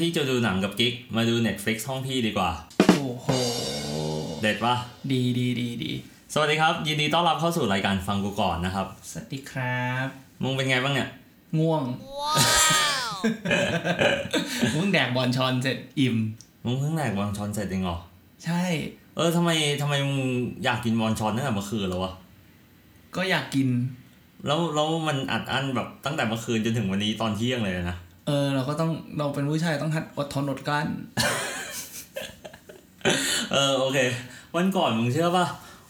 ที่จะดูหนังกับกิ๊กมาดู Netflix ห้องพี่ดีกว่า โอ้โห เด็ดปะ ดีดีดีดี สวัสดีครับ ยินดีต้อนรับเข้าสู่รายการฟังกูก่อนนะครับ สวัสดีครับ มึงเป็นไงบ้างเนี่ย ง่วง เพิ่งแดกบอลชอนเสร็จอิ่ม มึงเพิ่งแหลกบอลชอนเสร็จเองเหรอ ใช่ เออทำไมทำไมมึงอยากกินบอลชอนตั้งแต่เมื่อคืนแล้ววะ ก็อยากกิน แล้วแล้วมันอัดอั้นแบบตั้งแต่เมื่อคืนจนถึงวันนี้ตอนเที่ยงเลยนะ เออ เราก็ต้องเราเป็นผู้ชายต้องหัดอดทนอดกลั้น เออโอเค วันก่อนมึงเชื่อปะ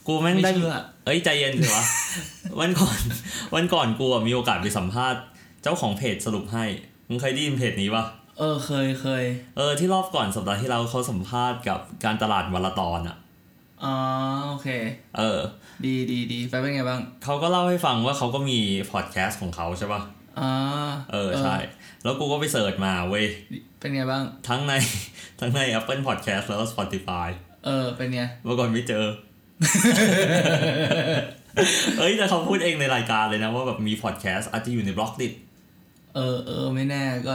กูแม่ง ไม่ ได้ เชื่อ เอ้ยใจเย็นสิวะ วันก่อน วันก่อนกูอะมีโอกาสไปสัมภาษณ์ เจ้าของเพจสรุปให้ มึงเคยได้ยินเพจนี้ปะ เออเคยเคย เออที่รอบก่อนสัปดาห์ที่เราเขาสัมภาษณ์กับการตลาดวันละตอนอะ อ๋อโอเค เออ ดีดีดีไปเป็นไงบ้าง เขาก็เล่าให้ฟังว่าเขาก็มีพอดแคสต์ของเขาใช่ปะ อ๋อ เออใช่ แล้วกูก็ไปเสิร์ชมาเว้ย เป็นไงบ้าง ทั้งใน ทั้งใน Apple Podcast แล้วก็ Spotify เออ เป็นไง เมื่อก่อนไม่เจอ เอ้ยแต่เขาพูดเองในรายการเลยนะว่าแบบมีพอดแคสต์อาจจะอยู่ในบล็อกดิ เออเออไม่แน่ก็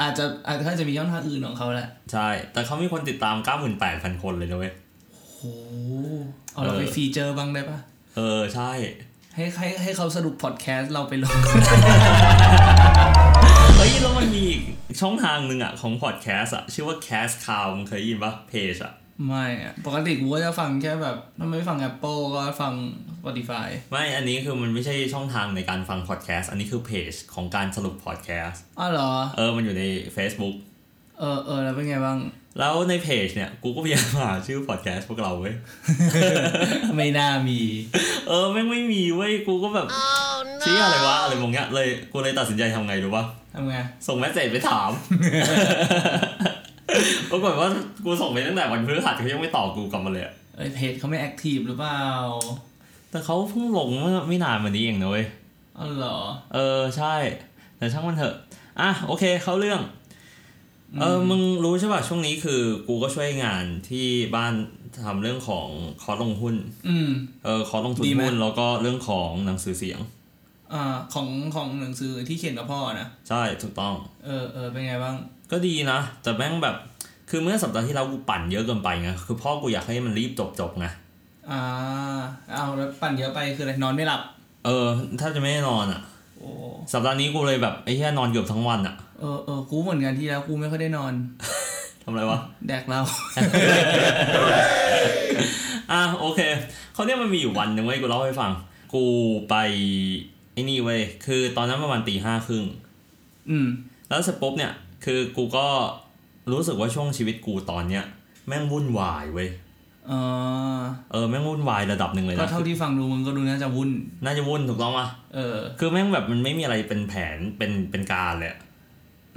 อาจจะอาจจะเขาจะมีช่องทางอื่นของเขาแหละ ใช่ แต่เขามีคนติดตาม 98,000 คนเลยนะเว้ย โหเอาเราไป เออ ฟีเจอร์บ้างได้ปะ เออ ใช่ ให้ให้ให้เขาสรุปพอดแคสต์เราไปลง เฮ้ย แล้วมันมีอีกช่องทางหนึ่งอ่ะ ของพอดแคสต์อ่ะ ชื่อว่า Cast Cow มึงเคยได้ยินปะเพจอ่ะ ไม่อะปกติกูก็จะฟังแค่แบบถ้าไม่ฟัง Apple ก็ฟัง Spotify ไม่อันนี้คือมันไม่ใช่ช่องทางในการฟังพอดแคสต์อันนี้คือเพจของการสรุปพอดแคสต์ อ้าวเหรอ เออ มันอยู่ใน Facebook เออเออแล้วเป็นไงบ้าง แล้วในเพจเนี่ย กูก็พยายามหาชื่อพอดแคสต์พวกเราเว้ย ไม่น่ามี เออแม่งไม่มีเว้ย กูก็แบบชี้อะไรวะ อะไรมองเงี้ยเลย กูเลยตัดสินใจทำไงรู้ปะ ทำไง ส่งเมสเซจไปถาม ปรากฏว่ากูส่งไปตั้งแต่วันพฤหัสเขายังไม่ตอบกูกลับมาเลยอะ เอ้ยเพจเขาไม่แอคทีฟหรือเปล่า แต่เขาเพิ่งลงเมื่อไม่นานมานี้เองนะเว้ย อ้าวเหรอ เออ ใช่ แต่ช่างมันเถอะ อ่ะ โอเค เข้าเรื่อง เออ มึงรู้ใช่ป่ะ ช่วงนี้คือกูก็ช่วยงานที่บ้านทำเรื่องของคอร์สลงหุ้น อืม เออ คอร์สลงทุน ดีไหม หุ้นแล้วก็เรื่องของหนังสือเสียง อ่าของของหนังสือที่เขียนกับพ่อนะ ใช่ถูกต้อง เออเออเป็นไงบ้าง ก็ดีนะ แต่แม่งแบบ คือเมื่อสัปดาห์ที่แล้วกูปั่นเยอะเกินไปไง คือพ่อกูอยากให้มันรีบจบจบๆไง อ่า เอาแล้วปั่นเยอะไปคืออะไรนอนไม่หลับ เออ ถ้าจะไม่ได้นอนอะ่ะ โอ้ สัปดาห์นี้กูเลยแบบไอ้แค่นอนเกือบทั้งวันอะ่ะ เออเออกูเหมือนกันที่แล้วกูไม่ค่อยได้นอน ทำอะไรวะ แดกเรา อ่ะโอเค เขาเนี่ยมันมีอยู่วันหนึ่งเว้ยกูเล่าให้ฟัง กูไปไอ้นี่เว้ย คือตอนนั้นประมาณตีห้าครึ่ง อืม แล้วเสร็จปุ๊บเนี่ย คือกูก็รู้สึกว่าช่วงชีวิตกูตอนเนี้ยแม่งวุ่นวายเว้ย เออ เออแม่งวุ่นวายระดับหนึ่งเลย ก็ นะ เท่าที่ฟังดูมึงก็ดูน่าจะวุ่น น่าจะวุ่นถูกต้องปะ เออ คือแม่งแบบมันไม่มีอะไรเป็นแผนเป็นเป็นการเลยอะ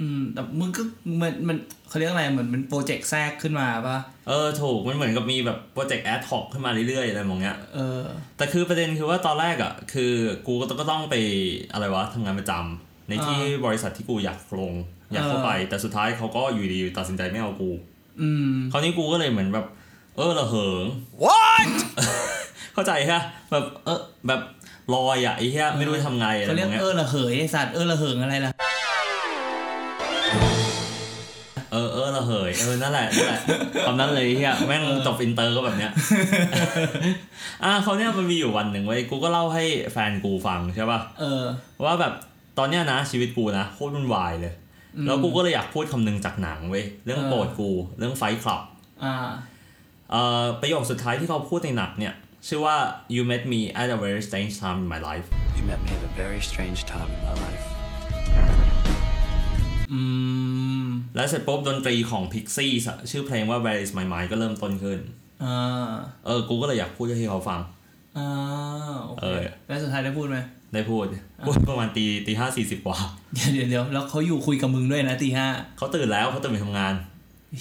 อืม แต่มึงก็มันมันเขาเรียกอะไรเหมือนมันโปรเจกต์แทรกขึ้นมาปะ เออถูกมันเหมือนกับมีแบบโปรเจกต์แอดท็อกขึ้นมาเรื่อยๆอะไรมองเงี้ย เออ แต่คือประเด็นคือว่าตอนแรกอ่ะคือกูก็ต้องไปอะไรวะทำงานประจำในที่ อ่า บริษัทที่กูอยากลงอยากเข้า เออ ไป แต่สุดท้ายเขาก็อยู่ดีๆตัดสินใจไม่เอากู อืม คราวนี้กูก็เลยเหมือนแบบ เออระเหิง what เข้าใจฮะแบบเออแบบลอยอ่ะไอ้เหี้ยไม่รู้จะทำไงอะไร เขาเรีย ม ก องเงี้ย เออระเหยไอสัตว์เออระเหิงอะไรล่ะ เออเออระเหยเออนั่นแหละ นั่นแหละคำนั้นเลยไอ้เหี้ยแม่งจบอินเตอร์ก็แบบเนี้ย อ่ะเขาวเนี้ยมันมีอยู่วันหนึ่งเว้ยกูก็เล่าให้แฟนกูฟังใช่ป่ะ เออ ว่าแบบตอนเนี้ยนะชีวิตกูนะโคตรวุ่นวายเลย แล้วกูก็เลยอยากพูดคำหนึงจากหนังเว้ยเรื่อง เออ โปรดกูเรื่องไฟคลับ อ่า เอ่อประโยคสุดท้ายที่เขาพูดในหนังเนี่ย ชื่อว่า you met me at a very strange time in my life You met me at a very strange time in my life. อืม และเสร็จปุ๊บดนตรีของ Pixies อะชื่อเพลงว่า where is my mind ก็เริ่มต้นขึ้น อ่า เออ กูก็เลยอยากพูดให้เขาฟัง อ่า โอเค เออ แล้วสุดท้ายได้พูดไหม ได้พูดพูดประมาณตีตีห้าสี่สิบกว่า เดี๋ยวเดี๋ยวเดี๋ยวแล้วเขาอยู่คุยกับมึงด้วยนะตีห้า เขาตื่นแล้วเขาตื่นไปทำงาน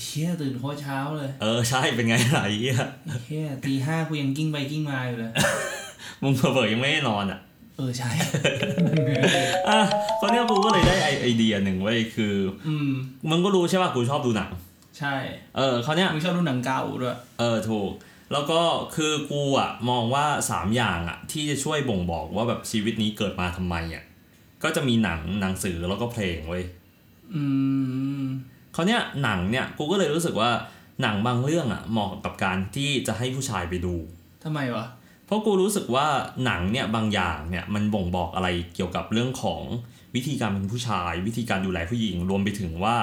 เชี่ยตื่นโคตรเช้าเลย เออใช่เป็นไงล่ะไรเหี้ย เชี่ยตีห้ากูยังกิ้งไปกิ้งมาอยู่เลย มึงเผลอๆยังไม่ได้นอนอ่ะ เออใช่ อ่ะตอนเนี้ยกูก็เลยได้ไอไอเดียหนึ่งไว้ยคือ อืม มึงก็รู้ใช่ป่ะกูชอบดูหนัง ใช่ เออเขาวเนี้ย มึงชอบดูหนังเก่าด้วย เออถูก แล้วก็คือกูอ่ะมองว่า 3 อย่างอ่ะ ที่จะช่วยบ่งบอกว่าแบบชีวิตนี้เกิดมาทำไมอ่ะก็จะมีหนังหนังสือแล้วก็เพลงเว้ย อืม เขาวเนี้ยหนังเนี่ยกูก็เลยรู้สึกว่าหนังบางเรื่องอ่ะเหมาะกับการที่จะให้ผู้ชายไปดู ทำไมวะ เพราะกูรู้สึกว่าหนังเนี่ยบางอย่างเนี่ยมันบ่งบอกอะไรเกี่ยวกับเรื่องของวิธีการเป็นผู้ชาย วิธีการดูแลผู้หญิงรวมไปถึงว่า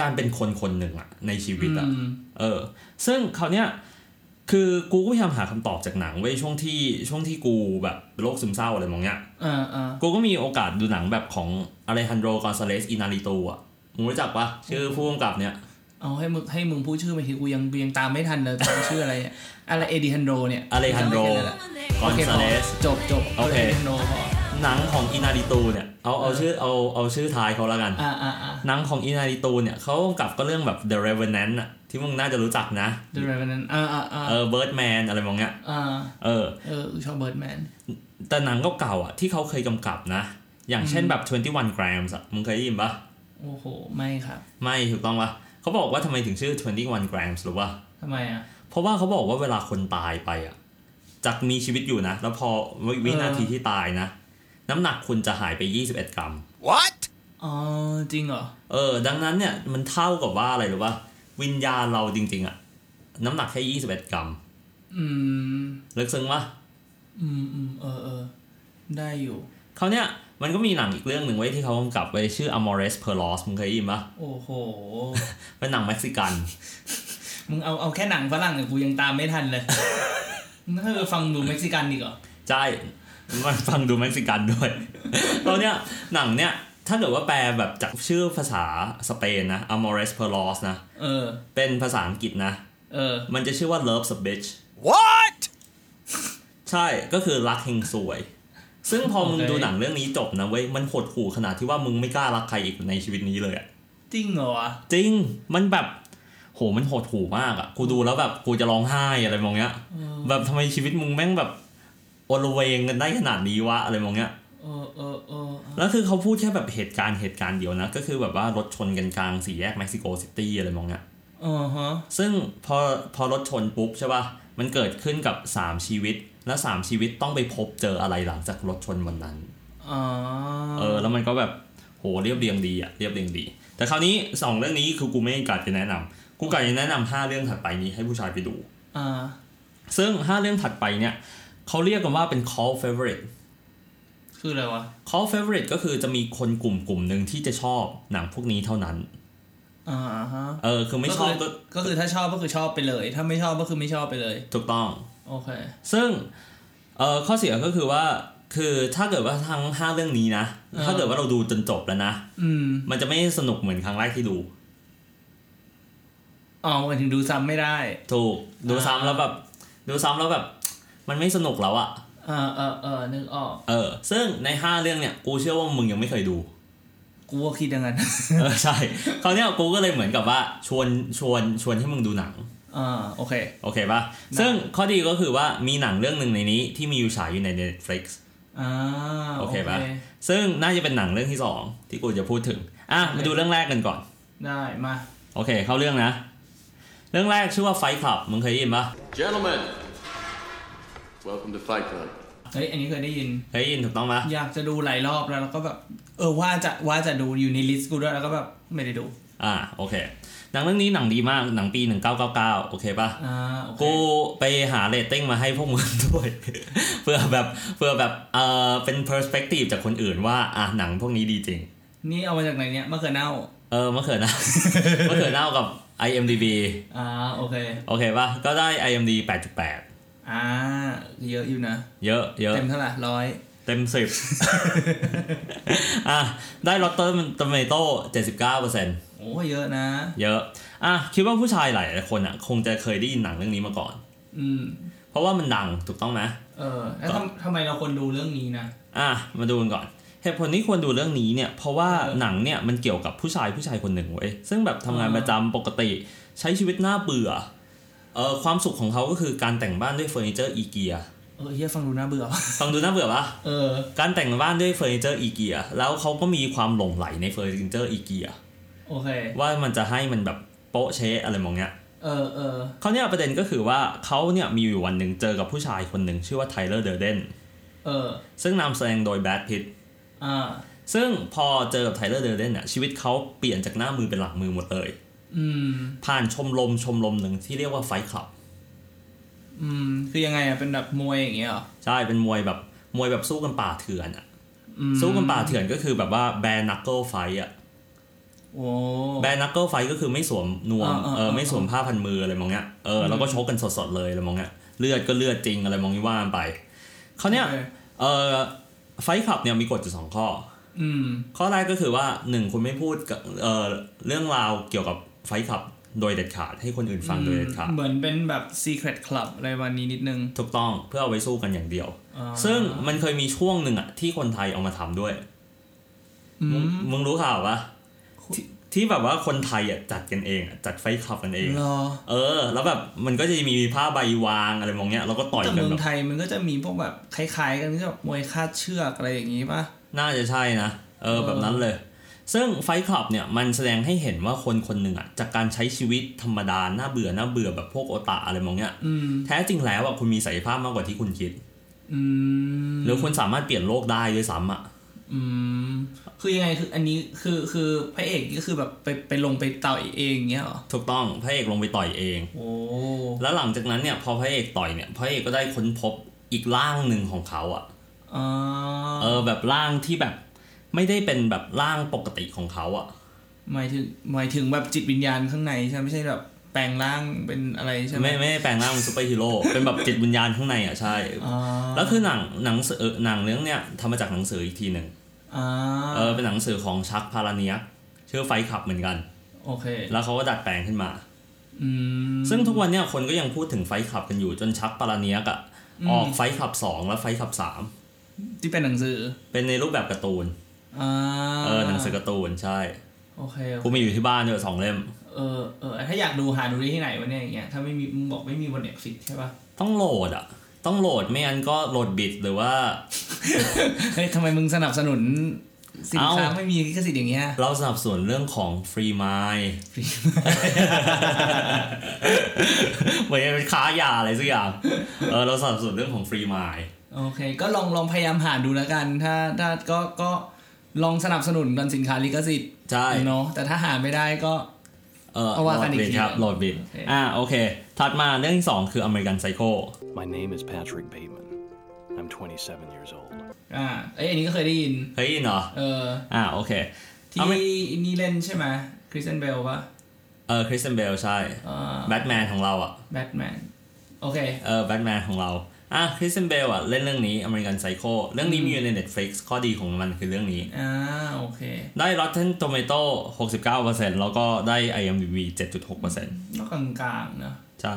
การเป็นคนคนหนึ่งอะในชีวิตอะ อืม เออ ซึ่งเขาวเนี่ย คือกูก็พยายามหาคำตอบจากหนังเว้ยช่วงที่ช่วงที่กูแบบโรคซึมเศร้าอะไรมองเนี้ย เออเออ กูก็มีโอกาสดูหนังแบบของอ l e ฮันโดกอนซาเลสอินาริโตอ่ะมึงรู้จักปะชื่อผู้กำกับเนี่ย เอาให้มึงให้มึงพูดชื่อมาทีกูยังยังตามไม่ทันเลยตามชื่ออะไรอะอะไรเอดิฮันโดเนี่ย Alejandro จำไม่ได้แล้ว กอน โอเคพ ซา อ เลส จบจบ โอเค ดิฮันโดพอ หนังของอินาริโตเนี่ยเอาเอาชื่อเอาเอาชื่อท้ายเขาละกัน อ่าอ่าอ่า หนังของอินาริโตเนี่ยเขากำกับก็เรื่องแบบ The Revenant อ่ะที่มึงน่าจะรู้จักนะ ดูอะไรแบบนั้นอ่าอ่าอ่า เออ Birdman อะไรมองเนี้ย อ่า เออ เออกูชอบเบิร์ดแมน แต่หนังเก่าๆอ่ะที่เขาเคยกำกับนะ อย่างเช่นแบบ 21 grams อะมึงเคยได้ยินปะ โอ้โห ไม่ครับ ไม่ถูกต้องปะเขาบอกว่าทำไมถึงชื่อ 21 grams หรือว่า ทำไมอ่ะ เพราะว่าเขาบอกว่าเวลาคนตายไปอ่ะจากมีชีวิตอยู่นะ แล้วพอวิวินาทีที่ตายนะ น้ำหนักคุณจะหายไป 21 กรัม What? อ๋อ จริงเหรอ เออ ดังนั้นเนี่ยมันเท่ากับว่าอะไรหรือว่า วิญญาณเราจริง ๆ อ่ะ น้ำหนักแค่ 21 กรัม อืม ลึกซึ้งปะ อืมอืมเออเออได้อยู่ เขาวเนี่ยมันก็มีหนังอีกเรื่องหนึ่งไว้ยที่เขากำกับไว้ชื่อ Amores Perros มึงเคยได้ยินปะ โอ้โห เป็นหนังเม็กซิกัน มึงเอาเอาแค่หนังฝรั่งเนี่ยกูยังตามไม่ทันเลย นั่นคือฟังดูเม็กซิกันดีกว่า ใช่ มันฟังดูเม็กซิกันด้วย ตอนเนี้ยหนังเนี้ยถ้าเกิดว่าแปลแบบจากชื่อภาษาสเปนนะ Amores Perros นะ เออ เป็นภาษาอังกฤษนะ เออ มันจะชื่อว่า Love a Bitch What? ใช่ก็คือรักเฮงสวย ซึ่งพอมึง โอเค ดูหนังเรื่องนี้จบนะเว้ย มันหดหู่ขนาดที่ว่ามึงไม่กล้ารักใครอีกในชีวิตนี้เลยอะ จริงเหรอวะ จริงมันแบบ โหมันหดหู่มากอะกูดูแล้วแบบกูจะร้องไห้อะไรมองเนี้ย เออ แบบทำไมชีวิตมึงแม่งแบบโอละเวงกันได้ขนาดนี้วะอะไรมองเนี้ย เออเออเออเออ แล้วคือเขาพูดแค่แบบเหตุการณ์เหตุการณ์เดียวนะ ก็คือแบบว่ารถชนกันกลางสี่แยกเม็กซิโกซิตี้อะไรมองเนี้ย เออฮะ ซึ่งพอพอรถชนปุ๊บใช่ป่ะ มันเกิดขึ้นกับ 3 ชีวิต และ 3 ชีวิตต้องไปพบเจออะไรหลังจากรถชนวันนั้น อ๋อ เออ แล้วมันก็แบบโหเรียบเรียงดีอะเรียบเรียงดี แต่คราวนี้ 2 เรื่องนี้คือกูไม่กาดจะแนะนำกูกาดจะแนะนำห้าเรื่องถัดไปนี้ให้ผู้ชายไปดู อ่า ซึ่ง 5 เรื่องถัดไปเนี่ยเขาเรียกกันว่าเป็น call favorite คืออะไรวะ call favorite ก็คือจะมีคนกลุ่มกลุ่มหนึ่งที่จะชอบหนังพวกนี้เท่านั้น อ่าฮะ เออคือไม่ชอบก็ ก็คืก็คือถ้าชอบก็คือชอบไปเลย ถ้าไม่ชอบก็คือไม่ชอบไปเลย ถูกต้อง โอเค ซึ่งเออข้อเสียก็คือว่าคือถ้าเกิดว่าทั้งห้าเรื่องนี้นะ เออ ถ้าเกิดว่าเราดูจนจบแล้วนะ อืม มันจะไม่สนุกเหมือนครั้งแรกที่ดู อ๋อหมายถึงดูซ้ำไม่ได้ ถูกดู อ่า ซ้ำแล้วแบบ ดูซ้ำแล้วแบบ มันไม่สนุกแล้วอะ อ่าเออเออนึกออก เออ ซึ่งในห้าเรื่องเนี่ยกูเชื่อว่ามึงยังไม่เคย ดู กูก็คิดอย่างนั้น เออใช่คราวเนี้ยกูก็เลยเหมือนกับว่าชวนชวนชวนให้มึงดูหนัง อ่าโอเค โอเคปะซึ่งข้อดีก็คือว่ามีหนังเรื่องหนึ่งในนี้ที่มีอยู่ฉายอยู่ใน Netflix อ่า โอเคปะ ซึ่งน่าจะเป็นหนังเรื่องที่สองที่กูจะพูดถึง อ่ะ มาดูเรื่องแรกกันก่อน ได้มา โอเค เข้าเรื่องนะ เรื่องแรกชื่อว่าไฟคลับ มึงเคยได้ยินปะ Gentlemen, welcome to Fight Club. เฮ้ย อันนี้เคยได้ยิน เคยได้ยินถูกต้องปะ อยากจะดูหลายรอบแล้วแล้วก็แบบ เออว่าจะว่าจะดูอยู่ในลิสต์กูด้วยแล้วก็แบบไม่ได้ดู อ่า โอเค หนังเรื่องนี้หนังดีมาก หนังปี 1999 โอเคปะ อ่าโอเค กูไปหาเรตติ้งมาให้พวกมึงด้วย เพื่อแบบเพื่อแบบเออเป็นเพอร์สเปกทีฟจากคนอื่นว่า อ่ะ หนังพวกนี้ดีจริง นี่เอามาจากไหนเนี่ยมะเขือเน่า เออมะเขื อเน่ามะเขือเน่ากับ IMDb อ่าโอเค โอเคปะก็ได้ IMDb 8.8 อ่า เยอะอยู่นะ เยอะเยอะ เต็มเท่าไหร่ร้อย เต็มสิบ อ่ะ ได้ลอตเตอร์ตเมโต้เจ็ดสิบเก้าเปอร์เซ็นต์ โอ้เยอะนะ เยอะ อ่ะ คิดว่าผู้ชายหลายๆคนอ่ะ คงจะเคยได้ยินหนังเรื่องนี้มาก่อน อืม เพราะว่ามันดังถูกต้องไหม เออ แล้ว ก็ ทำทำไมเราคนดูเรื่องนี้นะ อ่ะ มาดูกันก่อน เหตุผลที่ควรดูเรื่องนี้เนี่ย เพราะว่า เออ หนังเนี่ยมันเกี่ยวกับผู้ชายผู้ชายคนหนึ่งเว้ย ซึ่งแบบทำงาน อ่า ประจำปกติใช้ชีวิตน่าเบื่อ เออความสุขของเขาก็คือการแต่งบ้านด้วยเฟอร์นิเจอร์อีเกีย เออเฮียฟังดูน่าเบื่อ ฟังดูน่าเบื่อปะ เออ การแต่งบ้านด้วยเฟอร์นิเจอร์อีเกียแล้วเขาก็มีความหลงไหลในเฟอร์นิเจอร์อีเกีย โอเค ว่ามันจะให้มันแบบโป๊ะเชะอะไรมองเนี้ย เออเออ เขาวเนี่ยประเด็นก็คือว่าเขาเนี่ยมีอยู่วันหนึ่งเจอกับผู้ชายคนหนึ่งชื่อว่าไทเลอร์เดอร์เดน เออ ซึ่งนำแสดงโดยแบทพิตต์ อ่า ซึ่งพอเจอกับไทเลอร์เดอร์เดนเนี่ยชีวิตเขาเปลี่ยนจากหน้ามือเป็นหลังมือหมดเลย อืม ผ่านชมรมชมรมหนึ่งที่เรียกว่าไฟคลับ อืม คือยังไงอ่ะ เป็นแบบมวยอย่างเงี้ยเหรอ ใช่ เป็นมวยแบบมวยแบบสู้กันป่าเถื่อนอะ อืม สู้กันป่าเถื่อนก็คือแบบว่าแบนักเกิลไฟอะ โอ้ แบนักเกิลไฟก็คือไม่สวมนวม อ่าอ่า เออ อ่า ไม่สวมผ้าพันมืออะไรมองเงี้ยเออแล้วก็ชกกันสดๆเลยอะไรมองเงี้ยเลือดก็เลือดจริงอะไรมองนี้ว่ากันไปเขาวเนี่ย โอค เออไฟคลับเนี่ยมีกฎอยู่สองข้อ อืม ข้อแรกก็คือว่าหนึ่งคุณไม่พูดกับเอ่อเรื่องราวเกี่ยวกับไฟขับโดยเด็ดขาดให้คนอื่นฟังโดยเด็ดขาด เหมือนเป็นแบบ Secret Club อะไรวันนี้นิดนึง ถูกต้องเพื่อเอาไว้สู้กันอย่างเดียว อ่า ซึ่งมันเคยมีช่วงหนึ่งอะที่คนไทยเอามาทำด้วย อื มึง ม มึงรู้ข่าวปะที่ที่แบบว่าคนไทยอะจัดกันเองอะจัดไฟขับกันเอง เหรอ เออ แล้วแบบมันก็จะมีผ้าใบวางอะไรมองเนี้ยแล้วก็ต่อย แต่ กัน เมือ แบ ง บ ไทยมันก็จะมีพวกแบบคล้ายๆกันที่แบบมวยคาดเชือกอะไรอย่างงี้ป่ะ น่าจะใช่นะเออ เออ แบบนั้นเลย ซึ่งไฟคลับเนี่ยมันแสดงให้เห็นว่าคนคนหนึ่งอะจากการใช้ชีวิตธรรมดาหน้าเบื่อหน้าเบื่อแบบพวกโอตาอะไรมองเนี้ย อืม แท้จริงแล้วอ่ะคุณมีศักยภาพมากกว่าที่คุณคิด อืม หรือคุณสามารถเปลี่ยนโลกได้ด้วยซ้ำอ่ะ อืม คือยังไงคืออันนี้คือคือพระเอกก็คือแบบไปไปลงไปต่อยเองเงี้ยเหรอ ถูกต้องพระเอกลงไปต่อยเอง โอ้ แล้วหลังจากนั้นเนี่ยพอพระเอกต่อยเนี่ยพระเอกก็ได้ค้นพบอีกร่างหนึ่งของเขาอ่ะ อ่า เออแบบร่างที่แบบไม่ได้เป็นแบบร่างปกติของเขาอ่ะ หมายถึงหมายถึงแบบจิตวิญญาณข้างในใช่ไหมไม่ใช่แบบแปลงร่างเป็นอะไรใช่ไหม ไม่ไม่ได้แปลงร่างเป็นซูเปอร์ฮีโร่ เป็นแบบ จิตวิญญาณข้างในอ่ะใช่ อ่า แล้วคือหนังหนังสือเออหนังเรื่องเนี่ยทำมาจากหนังสืออีกทีหนึ่ง อ่า เออเป็นหนังสือของชักพาราเนียชื่อไฟขับเหมือนกัน โอเค แล้วเขาก็ดัดแปลงขึ้นมา อืม ซึ่งทุกวันเนี่ยคนก็ยังพูดถึงไฟท์คลับกันอยู่จนชักปาราเนียกอะออกไฟท์คลับ 2 และไฟท์คลับ ที่เป็นหนังสือ 3 เป็นในรูปแบบการ์ตูน อ่า เออหนังสือการ์ตูนใช่ โอเค กูมีอยู่ที่บ้านด้วยสองเล่ม เออเออถ้าอยากดูหาดูได้ที่ไหนวะเนี่ยอย่างเงี้ยถ้าไม่มีมึงบอกไม่มีบนเน็ตฟิกใช่ปะ ต้องโหลดอะต้องโหลดไม่งั้นก็โหลดบิดหรือว่า เฮ้ยทำไมมึงสนับสนุนสินค้า เอ้า ไม่มีลิขสิทธิ์อย่างเงี้ย เราสนับสนุนเรื่องของฟรีไมล์เหมือนเป็นค้ายาอะไรสักอย่างเออเราสนับสนุนเรื่องของฟรีไมล์ โอเค ก็ลองลองพยายามหาดูแล้วกัน ถ้าถ้าก็ก็ลองสนับสนุนกันสินค้าลิขสิทธิ์ ใช่ เนาะแต่ถ้าหาไม่ได้ก็ เออ เอา โหล ว่ากัน ด อีก บิด ที ครับโหลดบิด โอเค อ่าโอเค ถัดมาเรื่องที่สองคืออเมริกันไซโค My name is Patrick Bateman. I'm 27 years old. อ่าเอ้ยอันนี้ก็เคยได้ยิน เฮ้ยเนาะ เออ อ่าโอเค ที่ เอาไม่ นี่เล่นใช่ไหมคริสเตนเบลปะ เออคริสเตนเบลใช่ เออ แบทแมนของเราอ่ะ แบทแมนโอเค เออแบทแมนของเราอ่ะคริสเตนเบลอ่ะเล่นเรื่องนี้ American Psycho เรื่องนี้มีอยู่ใน Netflix ข้อดีของมันคือเรื่องนี้ อ่าโอเค ได้ Rotten Tomato 69%แล้วก็ได้ IMDb 7.6% ก็กลางๆเนาะ ใช่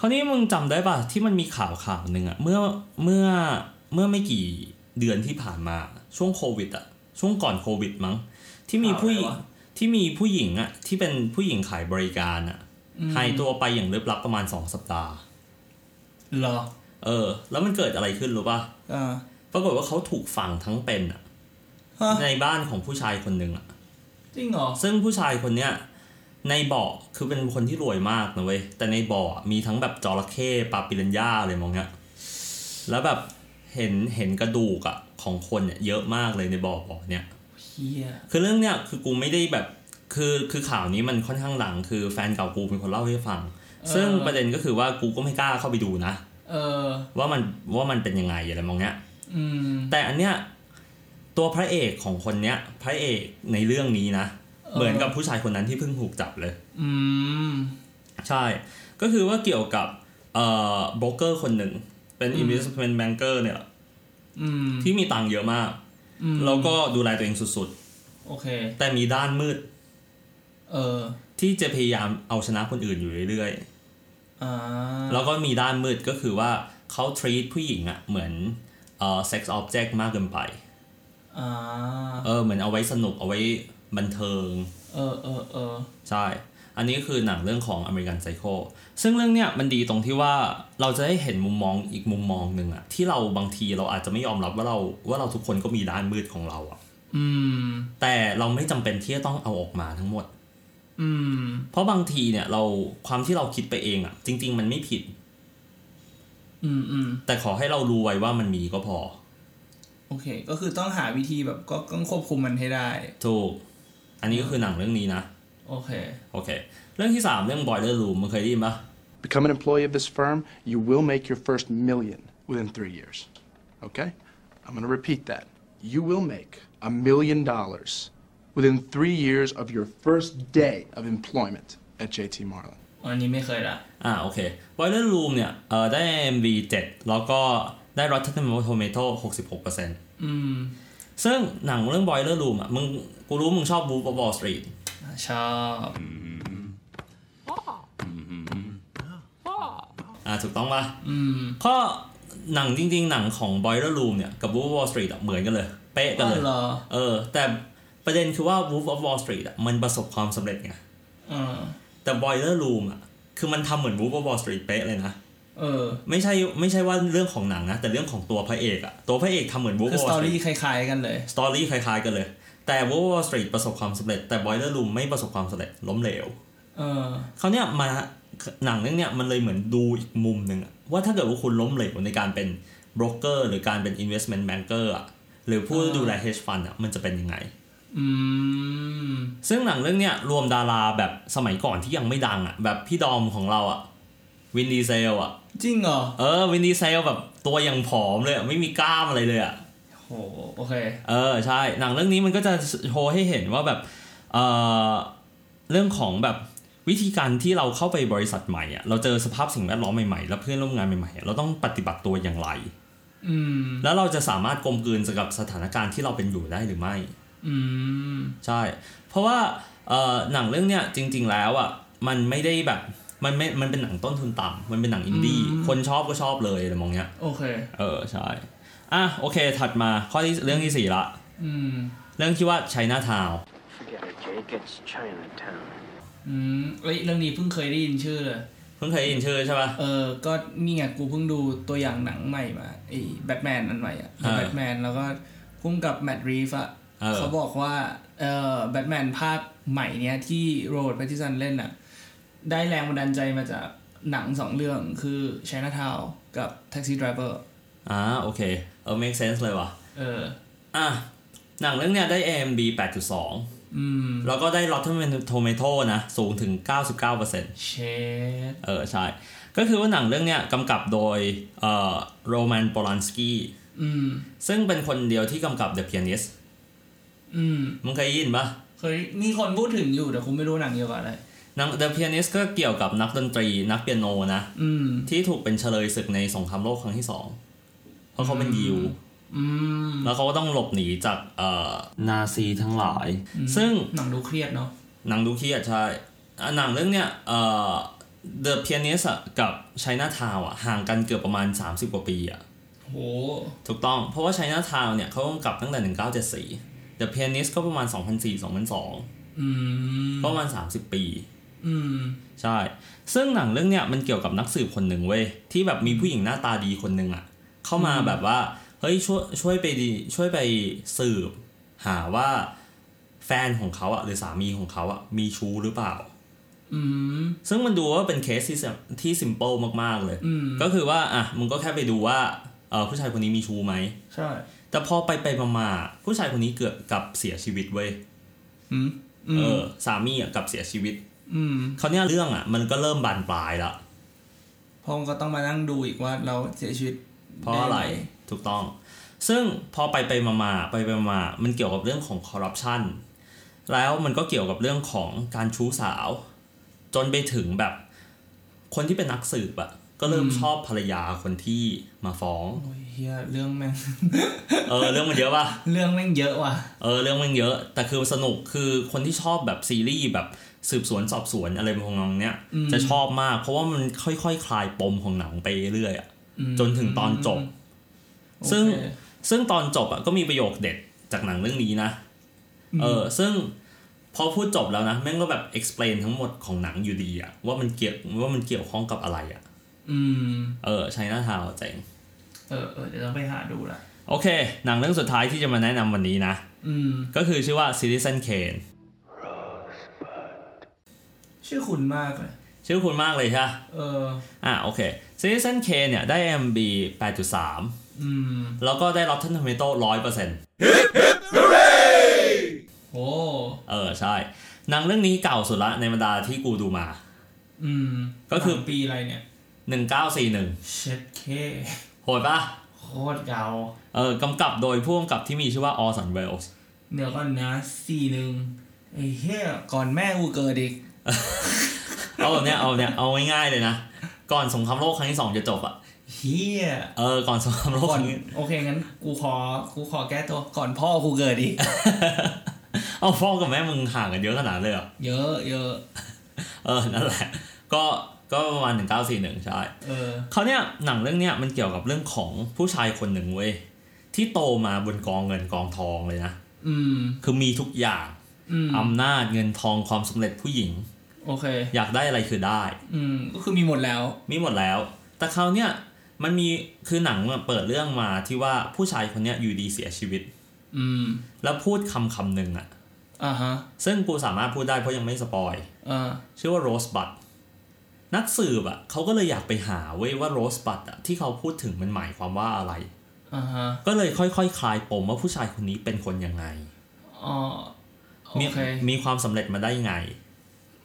คราวนี้มึงจำได้ป่ะ ที่มันมีข่าวข่าวหนึ่งอ่ะ เมื่อเมื่อเมื่อไม่กี่เดือนที่ผ่านมาช่วงโควิดอ่ะ ช่วงก่อนโควิดมั้ง ที่มีผู้หญิงที่มีผู้หญิงอ่ะ ที่เป็นผู้หญิงขายบริการอ่ะ หายตัวไปอย่างลึกลับประมาณ 2 สัปดาห์ เหรอ เออ แล้วมันเกิดอะไรขึ้นรู้ป่ะ อ่า ปรากฏว่าเขาถูกฝังทั้งเป็นอะ ฮะ ในบ้านของผู้ชายคนหนึ่งอะ จริงเหรอ ซึ่งผู้ชายคนเนี้ยในบ่อคือเป็นคนที่รวยมากนะเว้ย แต่ในบ่อมีทั้งแบบจระเข้ปลาปิรันย่าอะไรมองเนี้ย แล้วแบบเห็นเห็นกระดูกอะของคนเนี่ยเยอะมากเลยในบ่อบ่อเนี่ย เฮีย คือเรื่องเนี้ยคือกูไม่ได้แบบคือคือข่าวนี้มันค่อนข้างหลังคือแฟนเก่ากูเป็นคนเล่าให้ฟัง ซึ่งประเด็นก็คือว่ากูก็ไม่กล้าเข้าไปดูนะ เออ ว่ามันว่ามันเป็นยังไงอะไรมองเนี้ย อืม แต่อันเนี้ยตัวพระเอกของคนเนี้ย พระเอกในเรื่องนี้นะ เหมือนกับผู้ชายคนนั้นที่เพิ่งถูกจับเลย อืม ใช่ ก็คือว่าเกี่ยวกับเอ่อโบรกเกอร์คนหนึ่ง เป็น investment banker เนี่ย อืม ที่มีตังค์เยอะมาก อืม แล้วก็ดูแลตัวเองสุด โอเค ๆ แต่มีด้านมืด เออ ที่จะพยายามเอาชนะคนอื่นอยู่เรื่อยๆ อ่า แล้วก็มีด้านมืดก็คือว่าเขา treat ผู้หญิงอะเหมือนเอ่อ sex object มากเกินไป อ่า เออเหมือนเอาไว้สนุกเอาไว้บันเทิง เออ เออ เออ ใช่ อันนี้คือหนังเรื่องของ American Psycho ซึ่งเรื่องเนี้ยมันดีตรงที่ว่าเราจะได้เห็นมุมมองอีกมุมมองหนึ่งอะที่เราบางทีเราอาจจะไม่ยอมรับว่าเราว่าเราทุกคนก็มีด้านมืดของเราอะ อืม แต่เราไม่จำเป็นที่จะต้องเอาออกมาทั้งหมด อืม เพราะบางทีเนี่ยเราความที่เราคิดไปเองอะจริง ๆ มันไม่ผิด อืม อืม แต่ขอให้เรารู้ไว้ว่ามันมีก็พอ โอเค ก็คือต้องหาวิธีแบบก็ก็ต้องควบคุมมันให้ได้ ถูก อันนี้ก็คือหนังเรื่องนี้นะ โอเค โอเค เรื่องที่ 3 เรื่อง Boiler Room มันเคยได้ยินปะ Become an employee of this firm, you will make your first million within three years. Okay? I'm gonna repeat that. You will make a million dollars within three years of your first day of employment at JT Marlin. อันนี้ไม่เคยละ อ่าโอเค Boiler Room เนี่ยเอ่อได้ MV 7 แล้วก็ได้ Rotten Tomato 66% อืม ซึ่งหนังเรื่อง Boiler Room อ่ะมึงกูรู้มึงชอบ Wolf of Wall Street ชอบ อ่าถูกต้องปะ อืม ก็หนังจริงๆ หนังของ Boiler Room เนี่ยกับ Wolf of Wall Street อะเหมือนกันเลย เป๊ะกัน ก็ เลย เหรอ เออแต่ประเด็นคือว่า Wolf of Wall Street อะมันประสบความสำเร็จไง เออ แต่ Boiler Room อ่ะคือมันทำเหมือน Wolf of Wall Street เป๊ะเลยนะ เออ ไม่ใช่ไม่ใช่ว่าเรื่องของหนังนะ แต่เรื่องของตัวพระเอกอะตัวพระเอกทำเหมือน Wolf คือ of สตอ Wall Street รี่คล้ายๆกันเลย สตอรี่คล้ายๆกันเลย แต่ Wolf of Wall Street ประสบความสำเร็จ แต่ Boiler Room ไม่ประสบความสำเร็จล้มเหลว เออ เขาวเนี่ยมาหนังเรื่องเนี้ยมันเลยเหมือนดูอีกมุมหนึ่งอะว่าถ้าเกิดว่าคุณล้มเหลวในการเป็นโบรกเกอร์หรือการเป็น investment banker อะหรือผู้ดูแล hedge fund อะมันจะเป็นยังไง อืม ซึ่งหนังเรื่องเนี้ยรวมดาราแบบสมัยก่อนที่ยังไม่ดังอะแบบพี่ดอมของเราอะวินดีเซลอะ จริงเหรอ เออวินดีเซลแบบตัวยังผอมเลยอะไม่มีกล้ามอะไรเลยอะ โห โอเค เออใช่ หนังเรื่องนี้มันก็จะโชว์ให้เห็นว่าแบบเอ่อเรื่องของแบบวิธีการที่เราเข้าไปบริษัทใหม่อะเราเจอสภาพสิ่งแวดล้อมใหม่ๆ และเพื่อนร่วมงานใหม่ๆ เราต้องปฏิบัติตัวอย่างไร อืม แล้วเราจะสามารถกลมกลืนกับสถานการณ์ที่เราเป็นอยู่ได้หรือไม่ อืม ใช่ เพราะว่าเอ่อหนังเรื่องเนี้ยจริง ๆ แล้วอ่ะมันไม่ได้แบบมันไม่มันเป็นหนังต้นทุนต่ำมันเป็นหนังอินดี้คนชอบก็ชอบเลยอะไรมองเนี้ย โอเค เออใช่อ่ะโอเค ถัดมาข้อที่เรื่องที่สี่ละ อืม เรื่องที่ว่าไชน่าทาว Forget it, Jake. It's Chinatown. อืมเอ้ย เรื่องนี้เพิ่งเคยได้ยินชื่อเลย เพิ่งเคยได้ยินชื่อใช่ปะ เออ ก็นี่ไงกูเพิ่งดูตัวอย่างหนังใหม่มาไอ้แบทแมนอันใหม่อะ อ่า แบทแมนแล้วก็พุ่มกับแมดรีฟอะ เออ เขาบอกว่าเออแบทแมนภาคใหม่เนี้ยที่โรดแพทิสันเล่นอะได้แรงบันดาลใจมาจากหนังสองเรื่องคือ Chinatown กับ Taxi Driver อ่าโอเค เออ make sense เลยว่ะ เออ อ่ะ หนังเรื่องเนี้ยได้ AMB 8.2 อืม แล้วก็ได้ Rotten Tomato นะ สูงถึง 99%เ เชด ออ ใช่ ก็คือว่าหนังเรื่องเนี้ยกำกับโดยเอ่อโรแมน โปลันสกี้ อืม ซึ่งเป็นคนเดียวที่กำกับ The Pianist อืม มึงเคยได้ยินปะ เคยมีคนพูดถึงอยู่แต่คุณไม่รู้หนังเกี่ยวกับอะไร หนัง The Pianist ก็เกี่ยวกับนักดนตรีนักเปียโนนะ อืม ที่ถูกเป็นเฉลยศึกในสงครามโลกครั้งที่สองเพราะเขาเป็นยิว อืม แล้วเขาก็ต้องหลบหนีจากเอ่อนาซีทั้งหลาย ซึ่ง หนังดูเครียดเนาะ หนังดูเครียดใช่อ่ะหนังเรื่องเนี้ยเอ่อ The Pianist อะกับ China Town อ่ะห่างกันเกือบประมาณ 30 กว่าปีอ่ะ โห ถูกต้องเพราะว่า China Town เนี่ยเขากำกับตั้งแต่ 1974 The Pianist ก็ประมาณ 2004-2002 อืม ประมาณ 30 ปี อืม ใช่ ซึ่งหนังเรื่องเนี้ยมันเกี่ยวกับนักสืบคนหนึ่งเว้ย ที่แบบมีผู้หญิงหน้าตาดีคนหนึ่งอะเข้ามาแบบว่า เฮ้ยช่วยช่วยไปดีช่วยไปสืบ หาว่าแฟนของเขาอะหรือสามีของเขาอะมีชู้หรือเปล่า อืม ซึ่งมันดูว่าเป็นเคสที่ sim- ที่ s ิมเ l ิลมาก ๆ เลย อืม ก็คือว่า อ่ะ มึงก็แค่ไปดูว่าเออผู้ชายคนนี้มีชู้ไหม ใช่ แต่พอไปไปๆมาๆผู้ชายคนนี้เกือบกลับเสียชีวิตเว้ย อืม อื เอ ม อสามีอ่ะกลับเสียชีวิต อืม เขาวเนี้ยเรื่องอ่ะ มันก็เริ่มบานปลายละ พอก็ต้องมานั่งดูอีกว่าเราเสียชีวิต เพราะอะไร ด้หม ถูกต้อง ซึ่งพอไปไปๆมาๆไปไปๆมาๆมันเกี่ยวกับเรื่องของคอร์รัปชันแล้วมันก็เกี่ยวกับเรื่องของการชู้สาว จนไปถึงแบบคนที่เป็นนักสืบอะก็เริ่มชอบภรรยาคนที่มาฟ้อง โอ้ยเฮียเรื่อง แม่ง เออเรื่องมันเยอะป่ะ เรื่องแม่งเยอะว่ะ เออเรื่องมันเยอะ แต่คือสนุกคือคนที่ชอบแบบซีรีส์แบบสืบสวนสอบสวนอะไรพวกนั้นเนี้ยจะชอบมาก เพราะว่ามันค่อยๆคคลายปมของหนังไปเรื่อยอะจนถึงตอนจบ ซึ่ง โอเค ซึ่งตอนจบอะก็มีประโยคเด็ดจากหนังเรื่องนี้นะเออซึ่งพอพูดจบแล้วนะแม่งก็แบบ explain ทั้งหมดของหนังอยู่ดีอะว่ามันเกี่ยวว่ามันเกี่ยวข้องกับอะไรอะ อืม เออใช้หน้าทาวเจ๋ง เออเออเดี๋ยวต้องไปหาดูละ โอเค หนังเรื่องสุดท้ายที่จะมาแนะนำวันนี้นะ อืม ก็คือชื่อว่า Citizen Kane ชื่อคุณมากเลย ชื่อคุณมากเลยใช่ปะ เออ อ่ะโอเค Citizen Kane เนี่ยได้ MB 8.3 แล้วก็ได้รับท่านทอมเมโต้ร้อยเปอร์เซ็นต์ โอ้ เออใช่หนังเรื่องนี้เก่าสุดละในบรรดาที่กูดูมา อืม ก็คือ หนังปีอะไรเนี่ย 1941 เช็ดเค โหดปะ โคตรเก่า เออกำกับโดยผู้กำกับที่มีชื่อว่าออสันเวลส์ เดี๋ยวก่อนนะสี่หนึ่งไอ้เหี้ยก่อนแม่กูเกิดอีก เอาแบบเนี้ยเอาแบบเนี้ยเอาง่ายๆเลยนะ ก่อนสงครามโลกครั้งที่สองจะจบอะ เหี้ย เออก่อนสงครามโลก ก่อ คน รั้งที่ โอเคงั้นกูขอกูขอแก้ตัวก่อนพ่อกูเกิดอีก เอาพ่อกับแม่มึงห่างกันเยอะขนาดเลยเหรอ เยอะเยอะ เออนั่นแหละก็ก็ประมาณ1941ใช่ เออ เขาวเนี่ยหนังเรื่องเนี้ยมันเกี่ยวกับเรื่องของผู้ชายคนหนึ่งเว้ยที่โตมาบนกองเงินกองทองเลยนะ อืม คือมีทุกอย่าง อืม อำนาจเงินทองความสำเร็จผู้หญิง โอเค อยากได้อะไรคือได้ อืม ก็คือมีหมดแล้ว มีหมดแล้ว แต่เขาวเนี่ยมันมีคือหนังอะเปิดเรื่องมาที่ว่าผู้ชายคนเนี้ยอยู่ดีเสียชีวิต อืม แล้วพูดคำคำหนึ่งอะ อ่าฮะ ซึ่งกูสามารถพูดได้เพราะยังไม่สปอย เออ ชื่อว่าโรสบัตนักสืบอะเขาก็เลยอยากไปหาเว้ยว่าโรสบัตอะที่เขาพูดถึงมันหมายความว่าอะไร อ่าฮะ ก็เลยค่อยๆ คลายปมว่าผู้ชายคนนี้เป็นคนยังไง อ๋อ โอ มี เค มีความสำเร็จมาได้ยังไง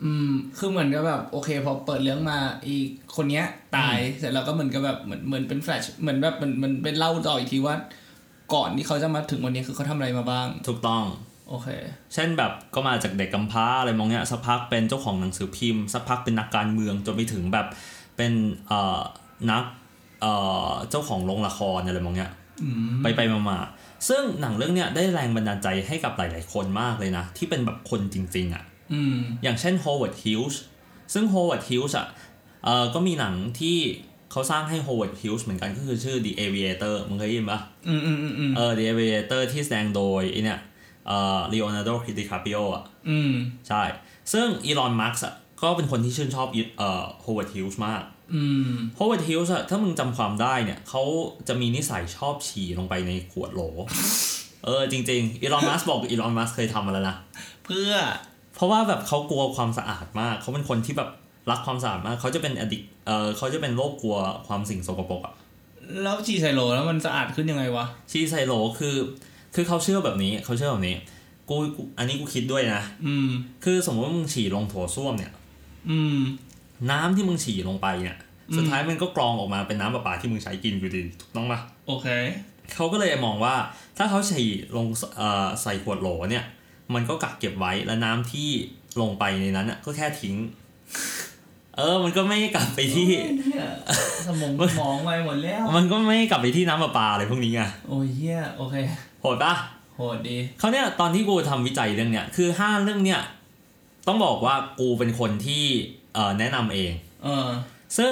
อืม คือเหมือนกับแบบโอเคพอเปิดเรื่องมาอีกคนเนี้ยตาย เสร็จแล้วก็เหมือนกับแบบเหมือนเหมือนเป็นแฟลช เหมือนแบบมันมันเป็นเล่าต่ออีกทีว่า ก่อนที่เขาจะมาถึงวันนี้คือเขาทำอะไรมาบ้าง ถูกต้อง โอเค เช่นแบบก็มาจากเด็กกำพร้าอะไรมองเนี้ยสักพักเป็นเจ้าของหนังสือพิมพ์ สักพักเป็นนักการเมืองจนไปถึงแบบเป็นเอ่อนักเอ่อเจ้าของโรงละครอะไรมองเนี้ยไปไปมามาๆซึ่งหนังเรื่องเนี้ยได้แรงบันดาลใจให้กับหลายๆคนมากเลยนะ ที่เป็นแบบคนจริงๆอ่ะ อืม อย่างเช่น Howard Hughes ซึ่ง Howard Hughes อ่ะเอ่อก็มีหนังที่เขาสร้างให้ Howard Hughes เหมือนกันก็คือชื่อ The Aviator มึงเคยได้ยินปะ อืมอืมอืมอืม เออ The Aviator ที่แสดงโดยไอเนี่ยเอ่อ Leonardo DiCaprio อ่ะ อืม ใช่ ซึ่ง Elon Musk อ่ะก็เป็นคนที่ชื่นชอบเอ่อ Howard Hughes มาก อืม Howard Hughes อ่ะถ้ามึงจำความได้เนี่ยเขาจะมีนิสัยชอบฉี่ลงไปในข วดโหล เออจริงๆ Elon Musk บอก Elon Musk เคยทำมาแล้วนะ เพื่อ เพราะว่าแบบเขากลัวความสะอาดมาก เขาเป็นคนที่แบบรักความสะอาดมาก เขาจะเป็นอดิกเออเขาจะเป็นโรคกลัวความสิ่งสกปรกอะ แล้วจีไซโลแล้วมันสะอาดขึ้นยังไงวะ ชีไซโลคือ คือเขาเชื่อแบบนี้ เขาเชื่อแบบนี้ กูกูอันนี้กูคิดด้วยนะ อืม คือสมมติว่ามึงฉี่ลงโถส้วมเนี่ย อืม น้ำที่มึงฉี่ลงไปเนี่ย สุดท้ายมันก็กรองออกมาเป็นน้ำประปาที่มึงใช้กินอยู่ดี ถูกต้องปะ โอเค เขาก็เลยมองว่าถ้าเขาฉี่ลงเอ่อใส่ขวดโหลเนี่ย มันก็กักเก็บไว้ และน้ำที่ลงไปในนั้นอะก็แค่ทิ้ง เออ มันก็ไม่กลับไปที่ สมองมองไปหมดแล้ว มันก็ไม่กลับไปที่น้ำประปาอะไรพวกนี้ไง โอ้ยเฮียโอเค โหดปะ โหดดี เขาวเนี่ยตอนที่กูทำวิจัยเรื่องเนี้ยคือห้าเรื่องเนี้ยต้องบอกว่ากูเป็นคนที่เอ่อแนะนำเอง เออ ซึ่ง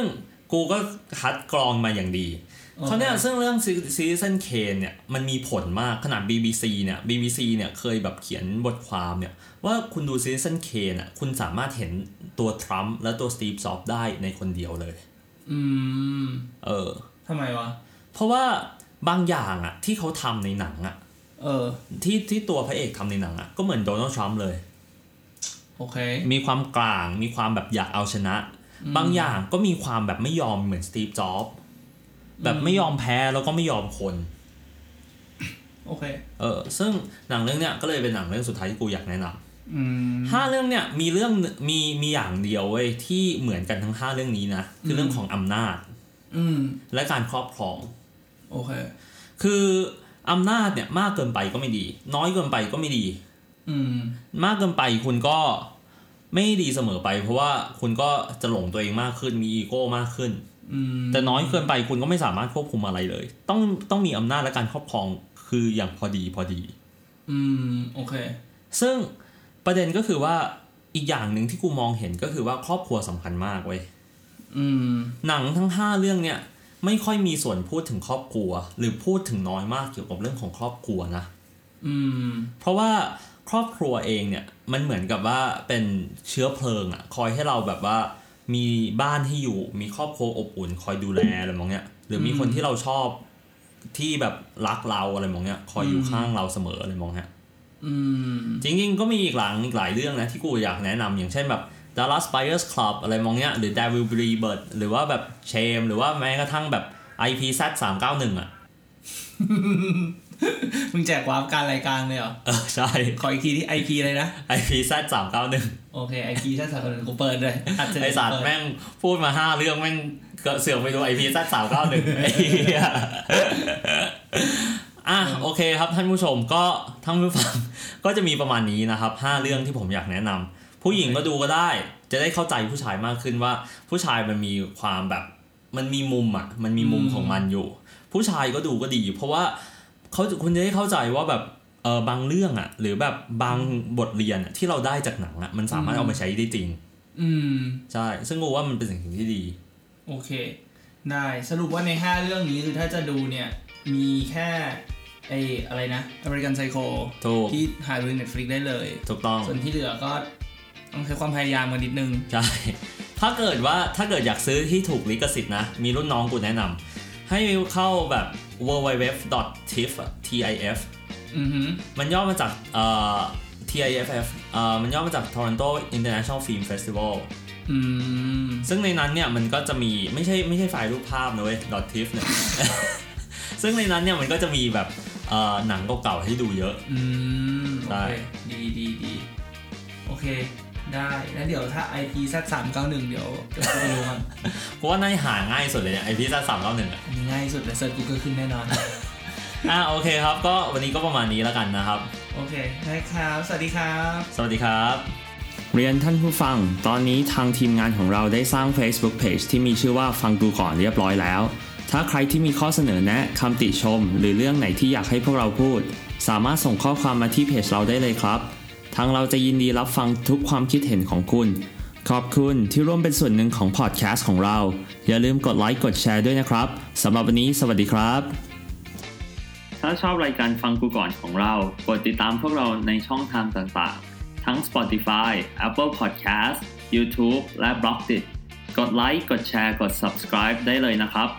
กูก็คัดกรองมาอย่างดี โอเค เขาวเนี่ยซึ่งเรื่องซีซันเคนเนี่ยมันมีผลมากขนาด BBC เนี่ย BBC เนี่ยเคยแบบเขียนบทความเนี่ยว่าคุณดูซีซันเคนอ่ะคุณสามารถเห็นตัวทรัมป์และตัวสตีฟซอฟได้ในคนเดียวเลย อืม เออ ทำไมวะ เพราะว่าบางอย่างอ่ะที่เขาทำในหนังอ่ะ เออ ที่ที่ตัวพระเอกทำในหนังอะก็เหมือนโดนัลด์ทรัมป์เลย โอเค มีความกลางมีความแบบอยากเอาชนะ บางอย่างก็มีความแบบไม่ยอมเหมือนสตีฟจ็อบส์แบบไม่ยอมแพ้แล้วก็ไม่ยอมคน โอเค เออซึ่งหนังเรื่องเนี้ยก็เลยเป็นหนังเรื่องสุดท้ายที่กูอยากแนะน อืม ำห้าเรื่องเนี้ยมีเรื่องมีมีอย่างเดียวเว้ยที่เหมือนกันทั้งห้าเรื่องนี้นะคือเรื่องของอำนาจ อืม และการครอบครอง โอเค คืออำนาจเนี่ยมากเกินไปก็ไม่ดี น้อยเกินไปก็ไม่ดี อืม มากเกินไปคุณก็ไม่ดีเสมอไป เพราะว่าคุณก็จะหลงตัวเองมากขึ้นมีอีโก้มากขึ้น อืม แต่น้อยเกินไปคุณก็ไม่สามารถควบคุมอะไรเลย ต้องต้องมีอำนาจและการครอบครองคืออย่างพอดีพอดี อืม โอเค ซึ่งประเด็นก็คือว่าอีกอย่างหนึ่งที่กูมองเห็นก็คือว่าครอบครัวสำคัญมากเว้ย อืม หนังทั้ง 5 เรื่องเนี่ยไม่ค่อยมีส่วนพูดถึงครอบครัว หรือพูดถึงน้อยมากเกี่ยวกับเรื่องของครอบครัวนะ อืม เพราะว่าครอบครัวเองเนี่ยมันเหมือนกับว่าเป็นเชื้อเพลิงอะคอยให้เราแบบว่ามีบ้านให้อยู่มีครอบครัวอบอุ่น คอยดูแลอะไรมองเนี้ยหรือมีคนที่เราชอบที่แบบรักเราอะไรมองเนี้ยคอยอยู่ข้างเราเสมออะไรมองเนี้ย อืม จริงๆก็มีอีกหลังอีกหลายเรื่องนะที่กูอยากแนะนำอย่างเช่นแบบ Dallas Buyers Club อะไรมองเนี้ยหรือ Devil Rebirth หรือว่าแบบ Shame หรือว่าแม้กระทั่งแบบ IPZ 391อะ มึงแจกวาร์ปการรายการเลยเหรอ เออใช่ ขออีกทีที่ไอพีเลยนะ ไอพีแซดสามเก้าหนึ่ง โอเคไอพีถ้าสาวคนกูเปิดเลยอัดเสร็จ ไอสัตว์แม่งพูดมาห้าเรื่องแม่งก็เสือกไปดูไอพีแซดสามเก้าหนึ่งไอ้เหี้ยอ่ะโอเคครับท่านผู้ชมก็ท่านผู้ฟัง ก็จะมีประมาณนี้นะครับห้าเรื่องที่ผมอยากแนะนำผู้หญิงก็ดูก็ได้ จะได้เข้าใจผู้ชายมากขึ้นว่า ผู้ชายมันมีความแบบ มันมีมุมอ่ะ มันมีมุมของมันอยู่ ผู้ชายก็ดูก็ดี เพราะว่าเขาจะคุณจะได้เข้าใจว่าแบบเออบางเรื่องอ่ะ หรือแบบบางบทเรียนอะที่เราได้จากหนังอ่ะมันสามารถเอามาใช้ได้จริง อืม ใช่ ซึ่งกูว่ามันเป็นสิ่งที่ดี โอเค ได้สรุปว่าใน 5 เรื่องนี้คือถ้าจะดูเนี่ย มีแค่ไออะไรนะ American Psycho ถูก ที่หาดูใน Netflix ได้เลย ถูกต้อง ส่วนที่เหลือก็ต้องใช้ความพยายามกันนิดนึง ใช่ ถ้าเกิดว่าถ้าเกิดอยากซื้อที่ถูกลิขสิทธิ์นะ มีรุ่นน้องกูแนะนำให้เข้าแบบ www.tif อะ tif อือหือ มันย่อมาจากเอ่อ TIFF เอ่อมันย่อมาจาก Toronto International Film Festival อืม ซึ่งในนั้นเนี่ยมันก็จะมีไม่ใช่ไม่ใช่ไฟล์รูปภาพนะเว้ย .tif เนี่ย ซึ่งในนั้นเนี่ยมันก็จะมีแบบเอ่อหนังเก่าๆให้ดูเยอะ อืม โอ ได้ เค ดีดีดีโอเค ได้แล้วเดี๋ยวถ้า IP สักสามเก้าหนึ่งเดี๋ยวเดี๋ยวไปดูมัน กูว่าน่าจะหาง่ายสุดเลยเนี่ยไอพีซ่าสามเก้าหนึ่งอะ อันนี้ง่ายสุดเลยเซิร์ชกูก็ขึ้นแน่นอน อ่ะโอเคครับ ก็วันนี้ก็ประมาณนี้แล้วกันนะครับ โอเคได้ครับ สวัสดีครับ สวัสดีครับ เรียนท่านผู้ฟัง ตอนนี้ทางทีมงานของเราได้สร้าง Facebook Page ที่มีชื่อว่าฟังกูก่อนเรียบร้อยแล้ว ถ้าใครที่มีข้อเสนอแนะคำติชม หรือเรื่องไหนที่อยากให้พวกเราพูด สามารถส่งข้อความมาที่เพจเราได้เลยครับ ทางเราจะยินดีรับฟังทุกความคิดเห็นของคุณ ขอบคุณที่ร่วมเป็นส่วนหนึ่งของพอดแคสต์ของเรา อย่าลืมกดไลค์กดแชร์ด้วยนะครับสำหรับวันนี้สวัสดีครับ ถ้าชอบรายการฟังกูก่อนของเรา กดติดตามพวกเราในช่องทางต่างๆ ทั้ง Spotify, Apple Podcast, YouTube และ b l o g d i t กดไลค์ กดแชร์ กด subscribe ได้เลยนะครับ